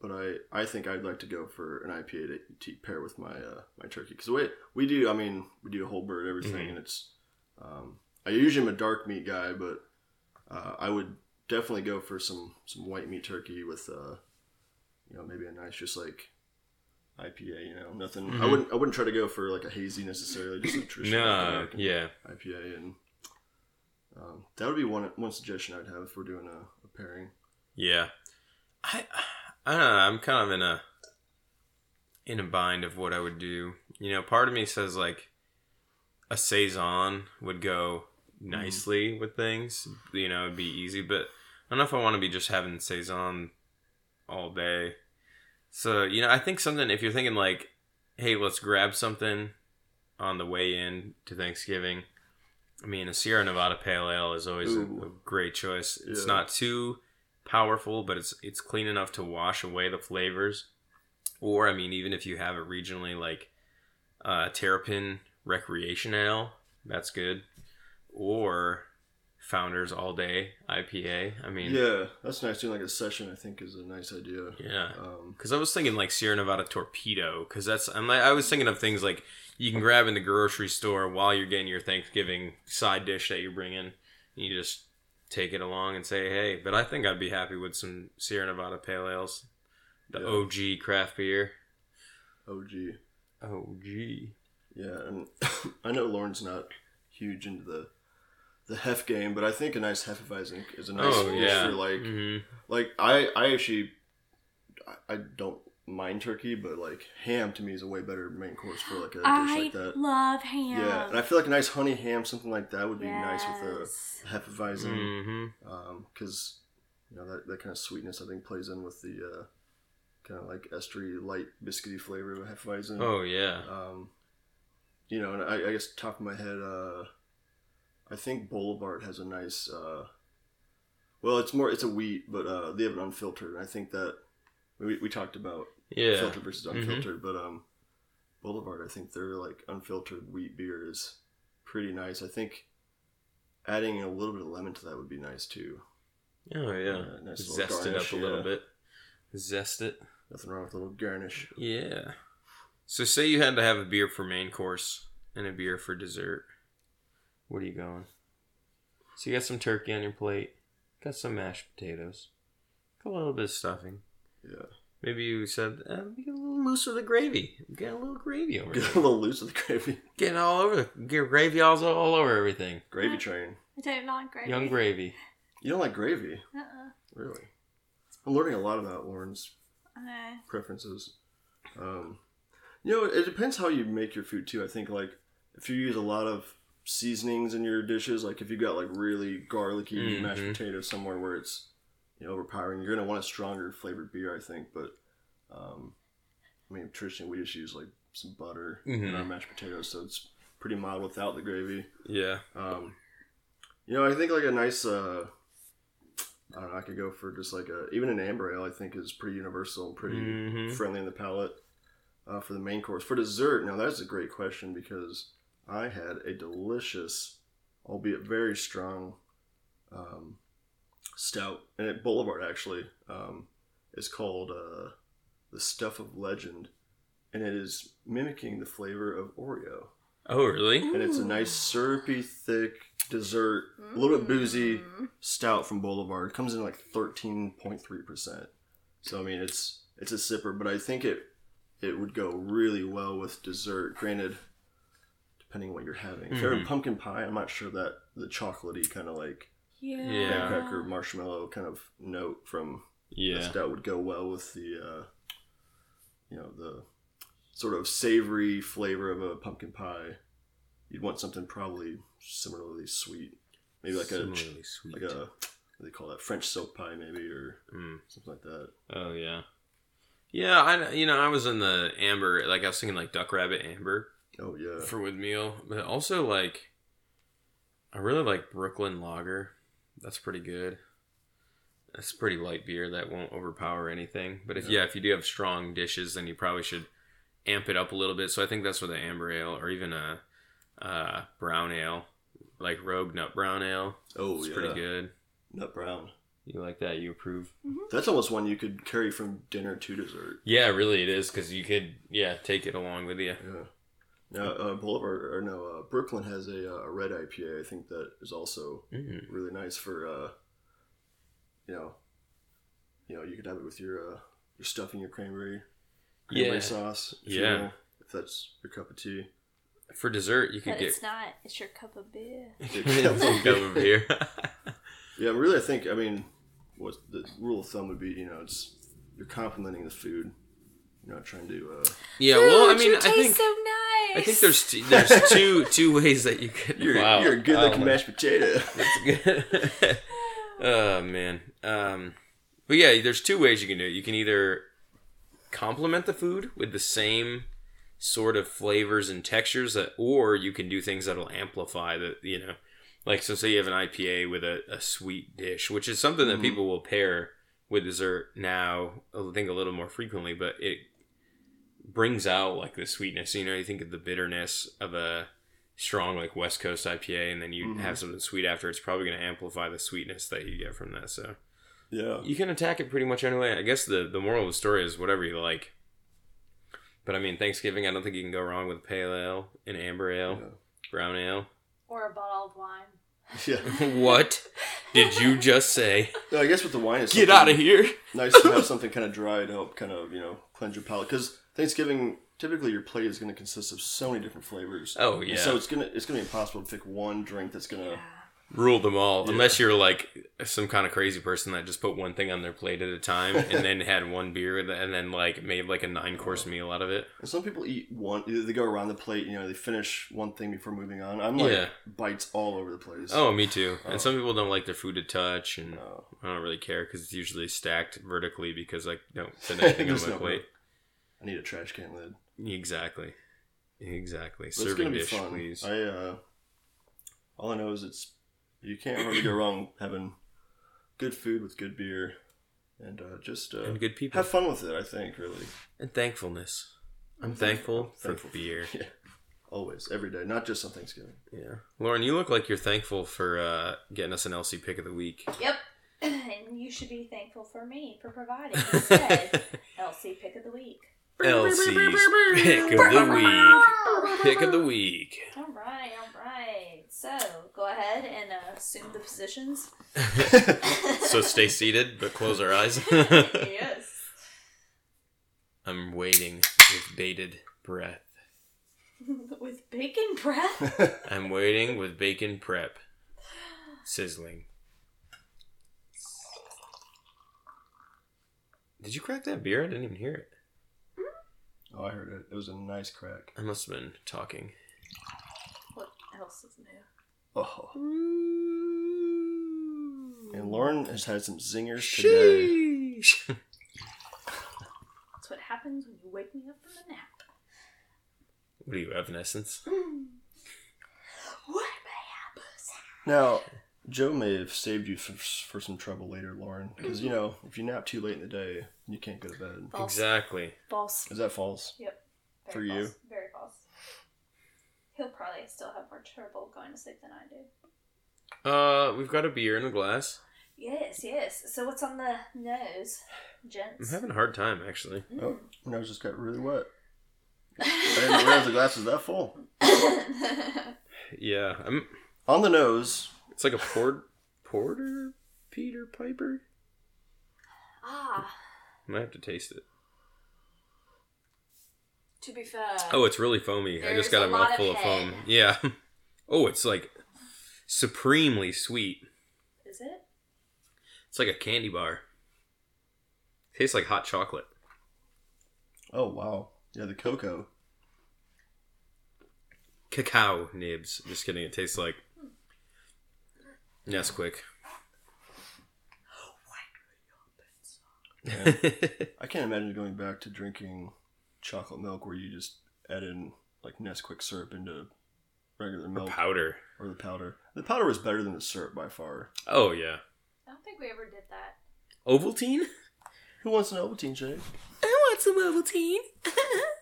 but I, I think I'd like to go for an IPA to, to pair with my uh, my turkey because we we do I mean we do a whole bird everything Mhm. and it's um, I usually am a dark meat guy but uh, I would definitely go for some some white meat turkey with uh, you know maybe a nice just like IPA you know nothing I Mhm. wouldn't I wouldn't try to go for like a hazy necessarily just a traditional No, American yeah. IPA and um, that would be one one suggestion I'd have if we're doing a, a pairing Yeah, I I don't know. I'm kind of in a in a bind of what I would do. You know, part of me says like a saison would go nicely with things. You know, it'd be easy, but I don't know if I want to be just having saison all day. So you know, I think something. If you're thinking like, hey, let's grab something on the way in to Thanksgiving. I mean, a Sierra Nevada Pale Ale is always a, Ooh. a great choice. It's Yeah. not too powerful, but it's it's clean enough to wash away the flavors. Or I mean, even if you have it regionally, like uh, Terrapin Recreation Ale, that's good. Or Founders All Day IPA. I mean, yeah that's nice doing like a session I think is a nice idea yeah. um, Because I was thinking like Sierra Nevada Torpedo, because that's I'm like I was thinking of things like you can grab in the grocery store while you're getting your Thanksgiving side dish that you're bringing. And you just take it along and say, hey. But I think I'd be happy with some Sierra Nevada Pale Ales, the Yeah. OG craft beer. OG OG. Yeah, and I know Lauren's not huge into the the hef game, but I think a nice hefeweizen is a nice oh dish yeah. for like Mhm. like I I actually I- I don't mind turkey, but like ham to me is a way better main course for like a dish I like that. love ham. Yeah, and I feel like a nice honey ham, something like that, would be nice with Yes. a hefeweizen, Mhm. because you know that, that kind of sweetness I think plays in with the uh, kind of like estery light biscuity flavor of a hefeweizen. Oh yeah. Um, you know, and I, I guess top of my head, uh, I think Boulevard has a nice. Uh, well, it's more it's a wheat, but uh, they have it unfiltered, and I think that we, we talked about Yeah. filtered versus Mhm. unfiltered, but um, Boulevard, I think their like unfiltered wheat beer is pretty nice. I think adding a little bit of lemon to that would be nice too. Oh yeah. Uh, nice little Zest it up garnish, a yeah. little bit. Zest it. Nothing wrong with a little garnish. Yeah. So say you had to have a beer for main course and a beer for dessert. What are you going? So you got some turkey on your plate, got some mashed potatoes, got a little bit of stuffing. Yeah, Maybe you said, eh, we got a little loose with the gravy. We got a little gravy over get there. a little loose with the gravy. Getting all over the get gravy all, all over everything. Gravy train. I don't like gravy. Young gravy. You don't like gravy? Uh-uh. Really? I'm learning a lot about Lauren's Uh, preferences. Um, you know, it depends how you make your food too. I think like if you use a lot of seasonings in your dishes, like if you got like really garlicky Mhm. mashed potatoes somewhere where it's you know overpowering, you're gonna want a stronger flavored beer, I think. But um, I mean, traditionally we just use like some butter in Mhm. our mashed potatoes, so it's pretty mild without the gravy. Yeah. Um, you know, I think like a nice, uh, I don't know, I could go for just like a, even an amber ale, I think is pretty universal and pretty Mhm. friendly in the palate uh, for the main course. For dessert, now that's a great question because I had a delicious, albeit very strong, um, stout and at Boulevard actually. Um, it's called uh, the Stuff of Legend, and it is mimicking the flavor of Oreo Oh really? and it's Mm. a nice syrupy, thick dessert, a little bit boozy Mm. stout from Boulevard. It comes in like thirteen point three percent. So I mean, it's it's a sipper, but I think it it would go really well with dessert. Granted, depending what you're having. If you're having Mhm. pumpkin pie, I'm not sure that the chocolatey kind of like Yeah. Yeah. graham cracker marshmallow kind of note from the Yeah. stout would go well with the uh, you know the sort of savory flavor of a pumpkin pie you'd want something probably similarly sweet maybe like a Similarly sweet. like a what do they call that French silk pie maybe or Mm. something like that. Oh yeah, yeah. I you know I was in the amber like I was thinking like duck rabbit amber Oh yeah, for windmill, but also like I really like Brooklyn Lager. That's pretty good. That's a pretty light beer that won't overpower anything. But if Yeah. yeah, if you do have strong dishes, then you probably should amp it up a little bit. So I think that's where the amber ale or even a uh, brown ale, like Rogue Nut Brown Ale, oh it's yeah, pretty good. nut brown. You like that? You approve? That's almost one you could carry from dinner to dessert. Yeah, really, it is because you could yeah take it along with you. Yeah. Now uh, Boulevard or no uh, Brooklyn has a, uh, a red IPA. I think that is also Mm. really nice for uh, you know, you know you could have it with your uh, your stuffing, your cranberry, cranberry Yeah. sauce. If you Yeah. will, if that's your cup of tea. For dessert, you could But get it's not. It's your cup of beer. Some cup of beer. Yeah, really. I think I mean, what the rule of thumb would be, you know, it's you're complimenting the food. You're not trying to. Uh, yeah, well, I Food, mean, you I taste think so nice. I think there's t- there's two two ways that you could. you're Wow. you're a good looking Wow. mashed potato. oh man. Um, but yeah, there's two ways you can do it. You can either complement the food with the same sort of flavors and textures, that, or you can do things that'll amplify the you know, like so. Say you have an IPA with a, a sweet dish, which is something that Mhm. people will pair with dessert now. I think a little more frequently, but it brings out like the sweetness. You know, you think of the bitterness of a strong like West Coast IPA, and then you Mhm. have something sweet after. It's probably going to amplify the sweetness that you get from that. So yeah. you can attack it pretty much anyway. I guess the the moral of the story is whatever you like. But I mean, Thanksgiving, I don't think you can go wrong with pale ale, an amber ale, Yeah. brown ale. Or a bottle of wine. Yeah. what did you just say? No, I guess with the wine, it's Get something out of here! nice to have something kind of dry to help kind of you know cleanse your palate because Thanksgiving typically your plate is going to consist of so many different flavors. Oh And yeah, So it's gonna it's gonna be impossible to pick one drink that's gonna. rule them all Yeah. unless you're like some kind of crazy person that just put one thing on their plate at a time and then had one beer with it and then like made like a nine course meal out of it And some people eat one. They go around the plate. You know, they finish one thing before moving on. I'm like Yeah. bites all over the place. Uh, oh me too Oh. and some people don't like their food to touch and No. i don't really care because it's usually stacked vertically because i don't fit anything on There's my no plate I need a trash can lid. exactly exactly But it's serving gonna be dish fun. please I uh, all I know is it's you can't really go wrong having good food with good beer and uh, just uh, and good people have fun with it. I think really and thankfulness i'm I'm thankful, for thankful for- beer always every day, not just on Thanksgiving. yeah lauren you look like you're thankful for uh, getting us an lc pick of the week Yep. and you should be thankful for me for providing instead LC pick of the week. LC's pick of the week. Pick of the week. All right, all right. So go ahead and uh, assume the positions. So stay seated, but close our eyes. yes. I'm waiting with bated breath. With bacon breath. I'm waiting with bacon prep sizzling. Did you crack that beer? I didn't even hear it. Oh, I heard it. It was a nice crack. I must have been talking. What else is new? Oh. And Lauren has had some zingers today. Sheesh. That's what happens when you wake me up from a nap. What do you, Evanescence? What may Now, Joe may have saved you for, for some trouble later, Lauren, because you know if you nap too late in the day, you can't go to bed. False. Exactly. False. Is that false? Yep. For you? false. Very false. He'll probably still have more trouble going to sleep than I do. Uh, we've got a beer in a glass. Yes, yes. So what's on the nose, I'm gents? having a hard time actually. Oh, my nose just got really wet. I didn't realize the glass was that full. Yeah, I'm. On the nose, It's like a port porter Peter Piper. ah, I might have to taste it. to be fair. Oh, it's really foamy. I just There's got a, a lot of mouthful of, foam. head. Yeah. Oh, it's like supremely sweet. Is it? It's like a candy bar. Tastes like hot chocolate. oh wow, yeah, the cocoa. Cacao nibs. Just kidding. It tastes like Nesquik. Yeah. I can't imagine going back to drinking chocolate milk where you just add in like Nesquik syrup into regular Or milk powder. or the powder. The powder was better than the syrup by far. Oh yeah. I don't think we ever did that. Ovaltine? Who wants an Ovaltine shake? I want some Ovaltine.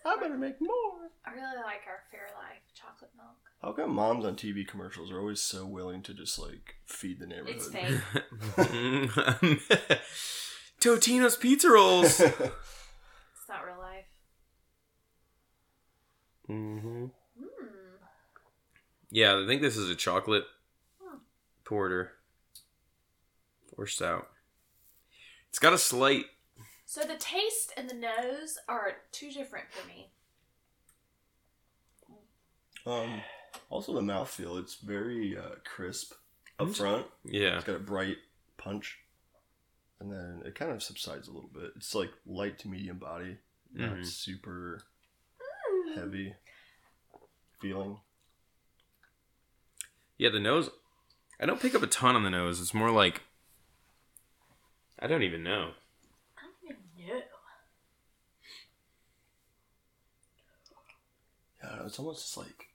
I better make more. I really like our Fairlife chocolate milk. How come moms on TV commercials are always so willing to just like feed the neighborhood? It's fake. Totino's pizza rolls. It's not real life. mm-hmm. Mmm. Yeah, I think this is a chocolate porter or stout. It's got a slight. So the taste and the nose are too different for me. um, also the mouthfeel. It's very uh, crisp up Mm. front. Yeah. It's got a bright punch, and then it kind of subsides a little bit. It's like light to medium body, not Mhm. super Hmm. heavy feeling. Yeah, the nose. I don't pick up a ton on the nose. It's more like. I don't even know. I don't even know. Yeah, I don't know, it's almost just like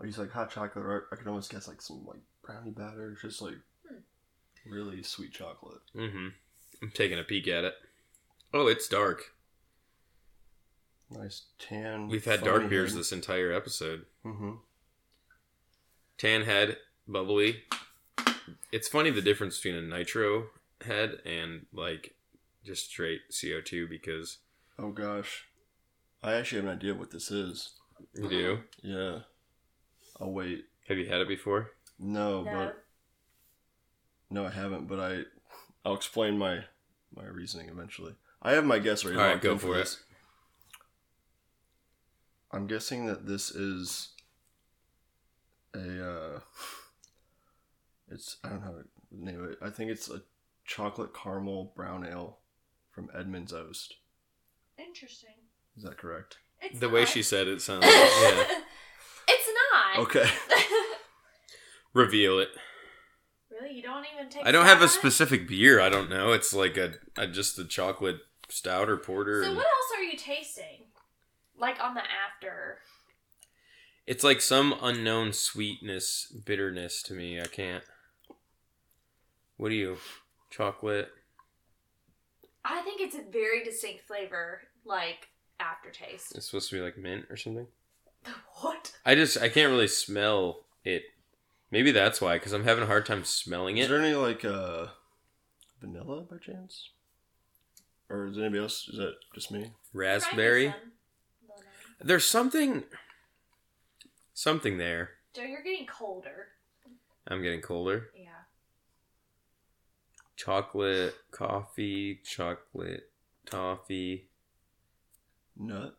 I use like hot chocolate, or I could almost guess like some like brownie batter. It's just like really sweet chocolate. Mm hmm. I'm taking a peek at it. Oh, it's dark. Nice tan. We've had dark beers this entire episode. Mm-hmm. Tan head, bubbly. It's funny the difference between a nitro head and like just straight CO2 because Oh gosh, I actually have an idea what this is. you Uh-huh. do. Yeah. Oh wait, Have you had it before? Oh, no, No. but No, I haven't, but I I'll explain my my reasoning eventually. I have my guess right All now. right, go for it. this. I'm guessing that this is a uh it's I don't know how to name it. I think it's a chocolate caramel brown ale from Edmund's Oast. Interesting. Is that correct? It's The way not. she said it sounds yeah. It's not. Okay. Reveal it. really? You don't even take I don't have a side? specific beer. I don't know. It's like a, a just a chocolate stout or porter. So and- what else are you tasting? Like on the after. It's like some unknown sweetness, bitterness to me. I can't. What do you? Chocolate. I think it's a very distinct flavor, like aftertaste. It's supposed to be like mint or something. What? I just I can't really smell it. Maybe that's why, because I'm having a hard time smelling Is it. there any like uh vanilla by chance? Or is anybody else is that just me? Raspberry. There's something. Something there. Joe, you're getting colder. I'm getting colder. Yeah. Chocolate coffee. Chocolate toffee. Nut.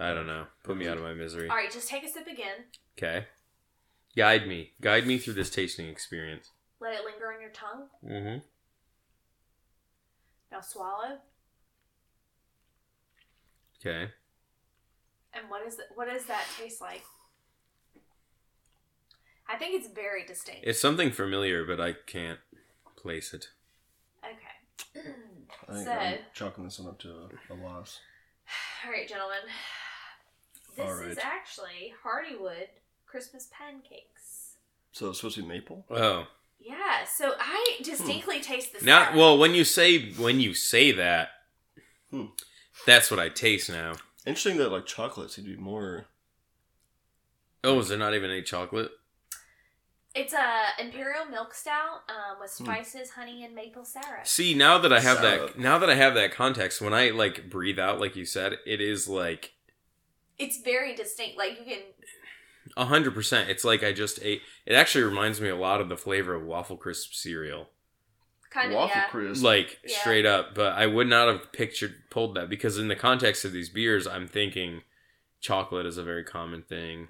I don't know. Put me out of my misery. All right, just take a sip again. Okay. Guide me. Guide me through this tasting experience. Let it linger on your tongue. Mm-hmm. Now swallow. Okay. And what is it, what does that taste like? I think it's very distinct. It's something familiar, but I can't place it. okay. I think so, I'm chalking this one up to a, a loss. all right, gentlemen. This All is right. actually Hardywood Christmas pancakes. So it's supposed to be maple? Oh. Yeah, so Hmm. I distinctly taste the Now, sap. well, when you say when you say that, Hmm. that's what I taste now. Interesting that like chocolate seemed to be more Oh, is there not even any chocolate? It's a imperial milk stout um, Hmm. with spices, honey, and maple syrup. See, now that I have Syrup. that, now that I have that context, when I like breathe out, like you said, it is like It's very distinct. Like you can, a hundred percent. It's like I just ate. It actually reminds me a lot of the flavor of waffle crisp cereal, kind of waffle yeah. crisp. like Yeah. straight up. But I would not have pictured pulled that because in the context of these beers, I'm thinking chocolate is a very common thing.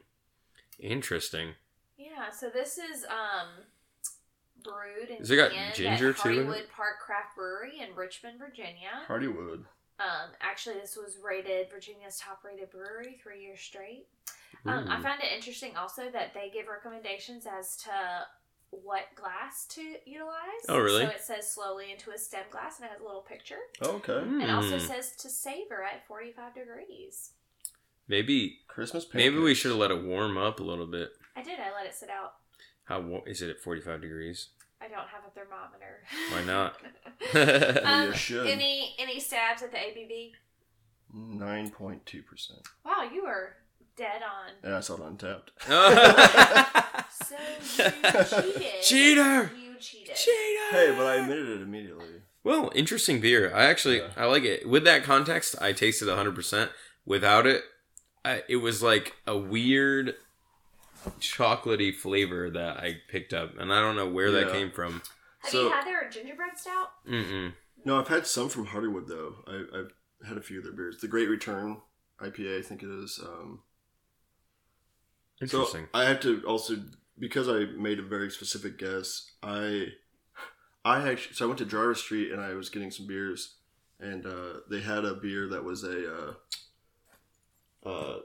Interesting. Yeah, so this is um brewed and Has it got canned ginger, at too, in it? Hollywood Park Craft Brewery in Richmond, Virginia. Hardywood. Um, actually, this was rated Virginia's top rated brewery three years straight. Um, I Ooh. find it interesting also that they give recommendations as to what glass to utilize. Oh, really? So it says slowly into a stem glass, and it has a little picture. Oh, Okay. Mm. It also says to savor at 45 degrees. Maybe Christmas maybe we pancakes. should have let it warm up a little bit. I did. I let it sit out. How wa- is it at 45 degrees? I don't have a thermometer. Why not? um, you should. any any stabs at the ABV? 9.2%. Wow, you are dead on. And I saw it untapped. So you cheated. Cheater! You cheated. Hey, but I admitted it immediately. Well, interesting beer. I actually Yeah. I like it. With that context, I tasted 100%. Without it, I, it was like a weird chocolatey flavor that I picked up and I don't know where that Yeah. came from. Have So- you had their gingerbread stout? Mm-mm. No, I've had some from Hardywood, though. I, I've had a few of their beers. The Great Return IPA, I think it is. Um, Interesting. So I have to also because I made a very specific guess. I I actually so I went to Jarvis Street and I was getting some beers, and uh, they had a beer that was a uh, uh,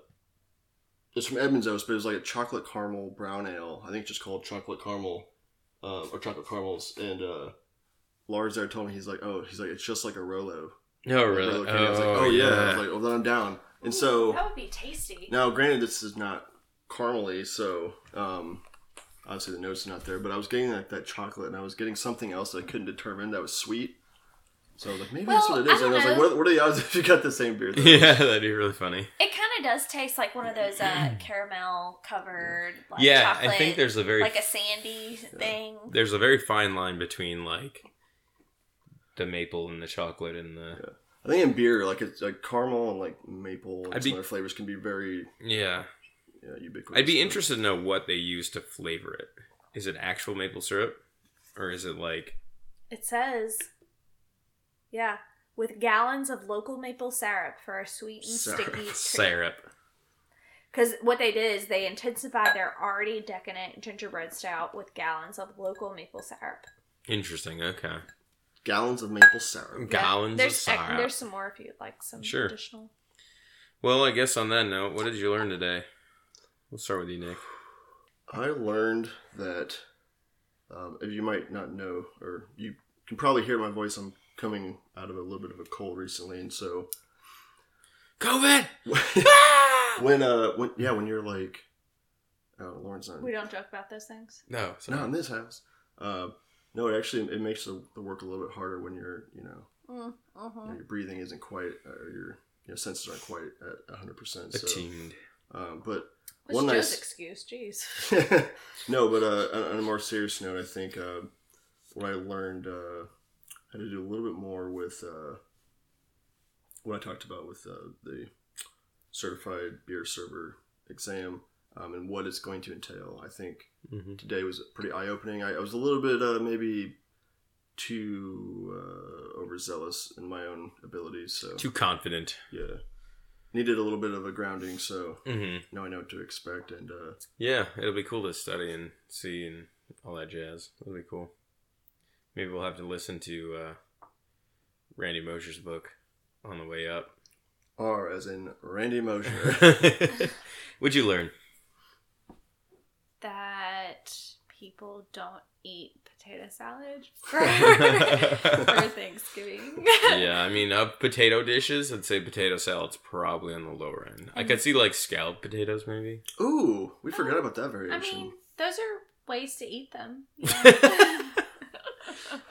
it's from Edmonds, but it was like a chocolate caramel brown ale. I think it's just called chocolate caramel uh, or chocolate caramels. And uh, Lars there told me he's like, oh, he's like it's just like a Rolo. oh, Like really? Rolo candy. I was like, oh yeah. I was like, well then I'm down. And so That would be tasty. now, granted, this is not caramely, so um, obviously the notes are not there. But I was getting that, that chocolate, and I was getting something else that I couldn't determine that was sweet. So I was like, maybe that's Well, what it is. I and I was don't like, know. what, what are the odds if you got the same beer? though? yeah, that'd be really funny. It kind of does taste like one of those uh, caramel covered. Like, yeah, chocolate, I think there's a very like a sandy thing. there's a very fine line between like the maple and the chocolate and the I think in beer, like it's like caramel and like maple and I'd some be- other flavors can be very yeah. yeah, ubiquitous. I'd be but- interested to know what they use to flavor it. Is it actual maple syrup, or is it like It says, yeah, with gallons of local maple syrup for a sweet and Syrup. sticky treat. syrup? Because what they did is they intensified their already decadent gingerbread stout with gallons of local maple syrup. Interesting. Okay. Gallons of maple syrup. Yeah, Gallons of there's, syrup. There's some more if you'd like some Sure. additional. Well, I guess on that note, what did you learn today? We'll start with you, Nick. I learned that, um, if you might not know, or you can probably hear my voice, I'm coming out of a little bit of a cold recently, and so COVID. when uh when yeah when you're like oh Lauren's not We don't joke about those things. No. Sorry. not in this house uh no it actually it makes the, the work a little bit harder when you're you know Mm, you know, mhm. your breathing isn't quite or your you know, senses aren't quite at hundred percent so Attuned. um, but What's One Joe's nice- excuse? Jeez. no but uh on- on a more serious note I think uh, what I learned uh how to do a little bit more with uh what I talked about with uh, the certified beer server exam um, and what it's going to entail I think hmm today was pretty eye opening. I, I was a little bit uh, maybe too uh, overzealous in my own abilities, so Too confident. yeah, needed a little bit of a grounding. So hmm now I know what to expect, and uh, Yeah, it'll be cool to study and see and all that jazz. It'll be cool. Maybe we'll have to listen to uh, Randy Mosher's book on the way up. R as in Randy Mosher. What'd you learn? that people don't eat potato salad for, for Thanksgiving. yeah, I mean, of potato dishes, I'd say potato salad's probably on the lower end. I could see like scalloped potatoes, maybe. Ooh, we forgot about that I variation. mean, those are ways to eat them.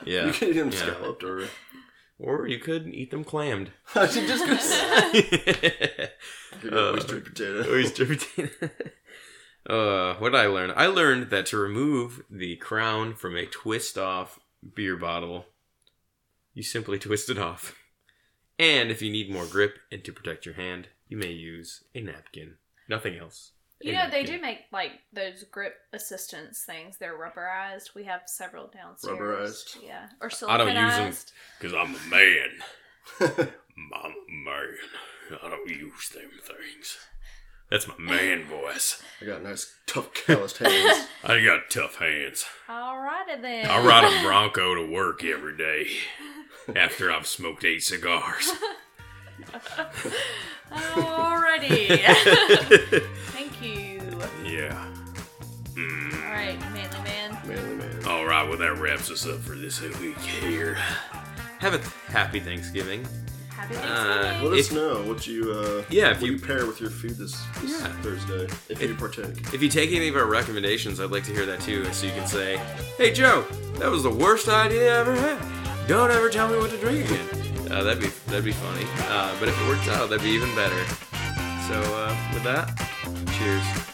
You Yeah, can eat them Yeah. scalloped, or or you could eat them clammed. I should just go s- you know, Uh, oyster potato. Oyster potato. uh, what did I learn? I learned that to remove the crown from a twist off beer bottle, you simply twist it off. And if you need more grip and to protect your hand, you may use a napkin. Nothing else. you A know, they napkin. do make like those grip assistance things. They're rubberized. We have several downstairs. Rubberized? Yeah. Or I don't use 'em. siliconized. Because I'm a man. I'm a man. I don't use them things. That's my man voice. I got nice, tough, calloused hands. I got tough hands. Alrighty then. I ride a Bronco to work every day after I've smoked eight cigars. Alrighty. Thank you. yeah. All right, manly man. Manly man. Hmm, All right, well, that wraps us up for this week here. Have a happy Thanksgiving. Happy Uh, Thanksgiving. Let us If- know what you uh, Yeah, if what you- pair with your food this, this Yeah. Thursday if you If- partake. If you take any of our recommendations, I'd like to hear that too, so you can say, "Hey Joe, that was the worst idea I ever had. Don't ever tell me what to drink again." Uh, that'd be that'd be funny. Uh, but if it works out, that'd be even better. So uh, with that, cheers.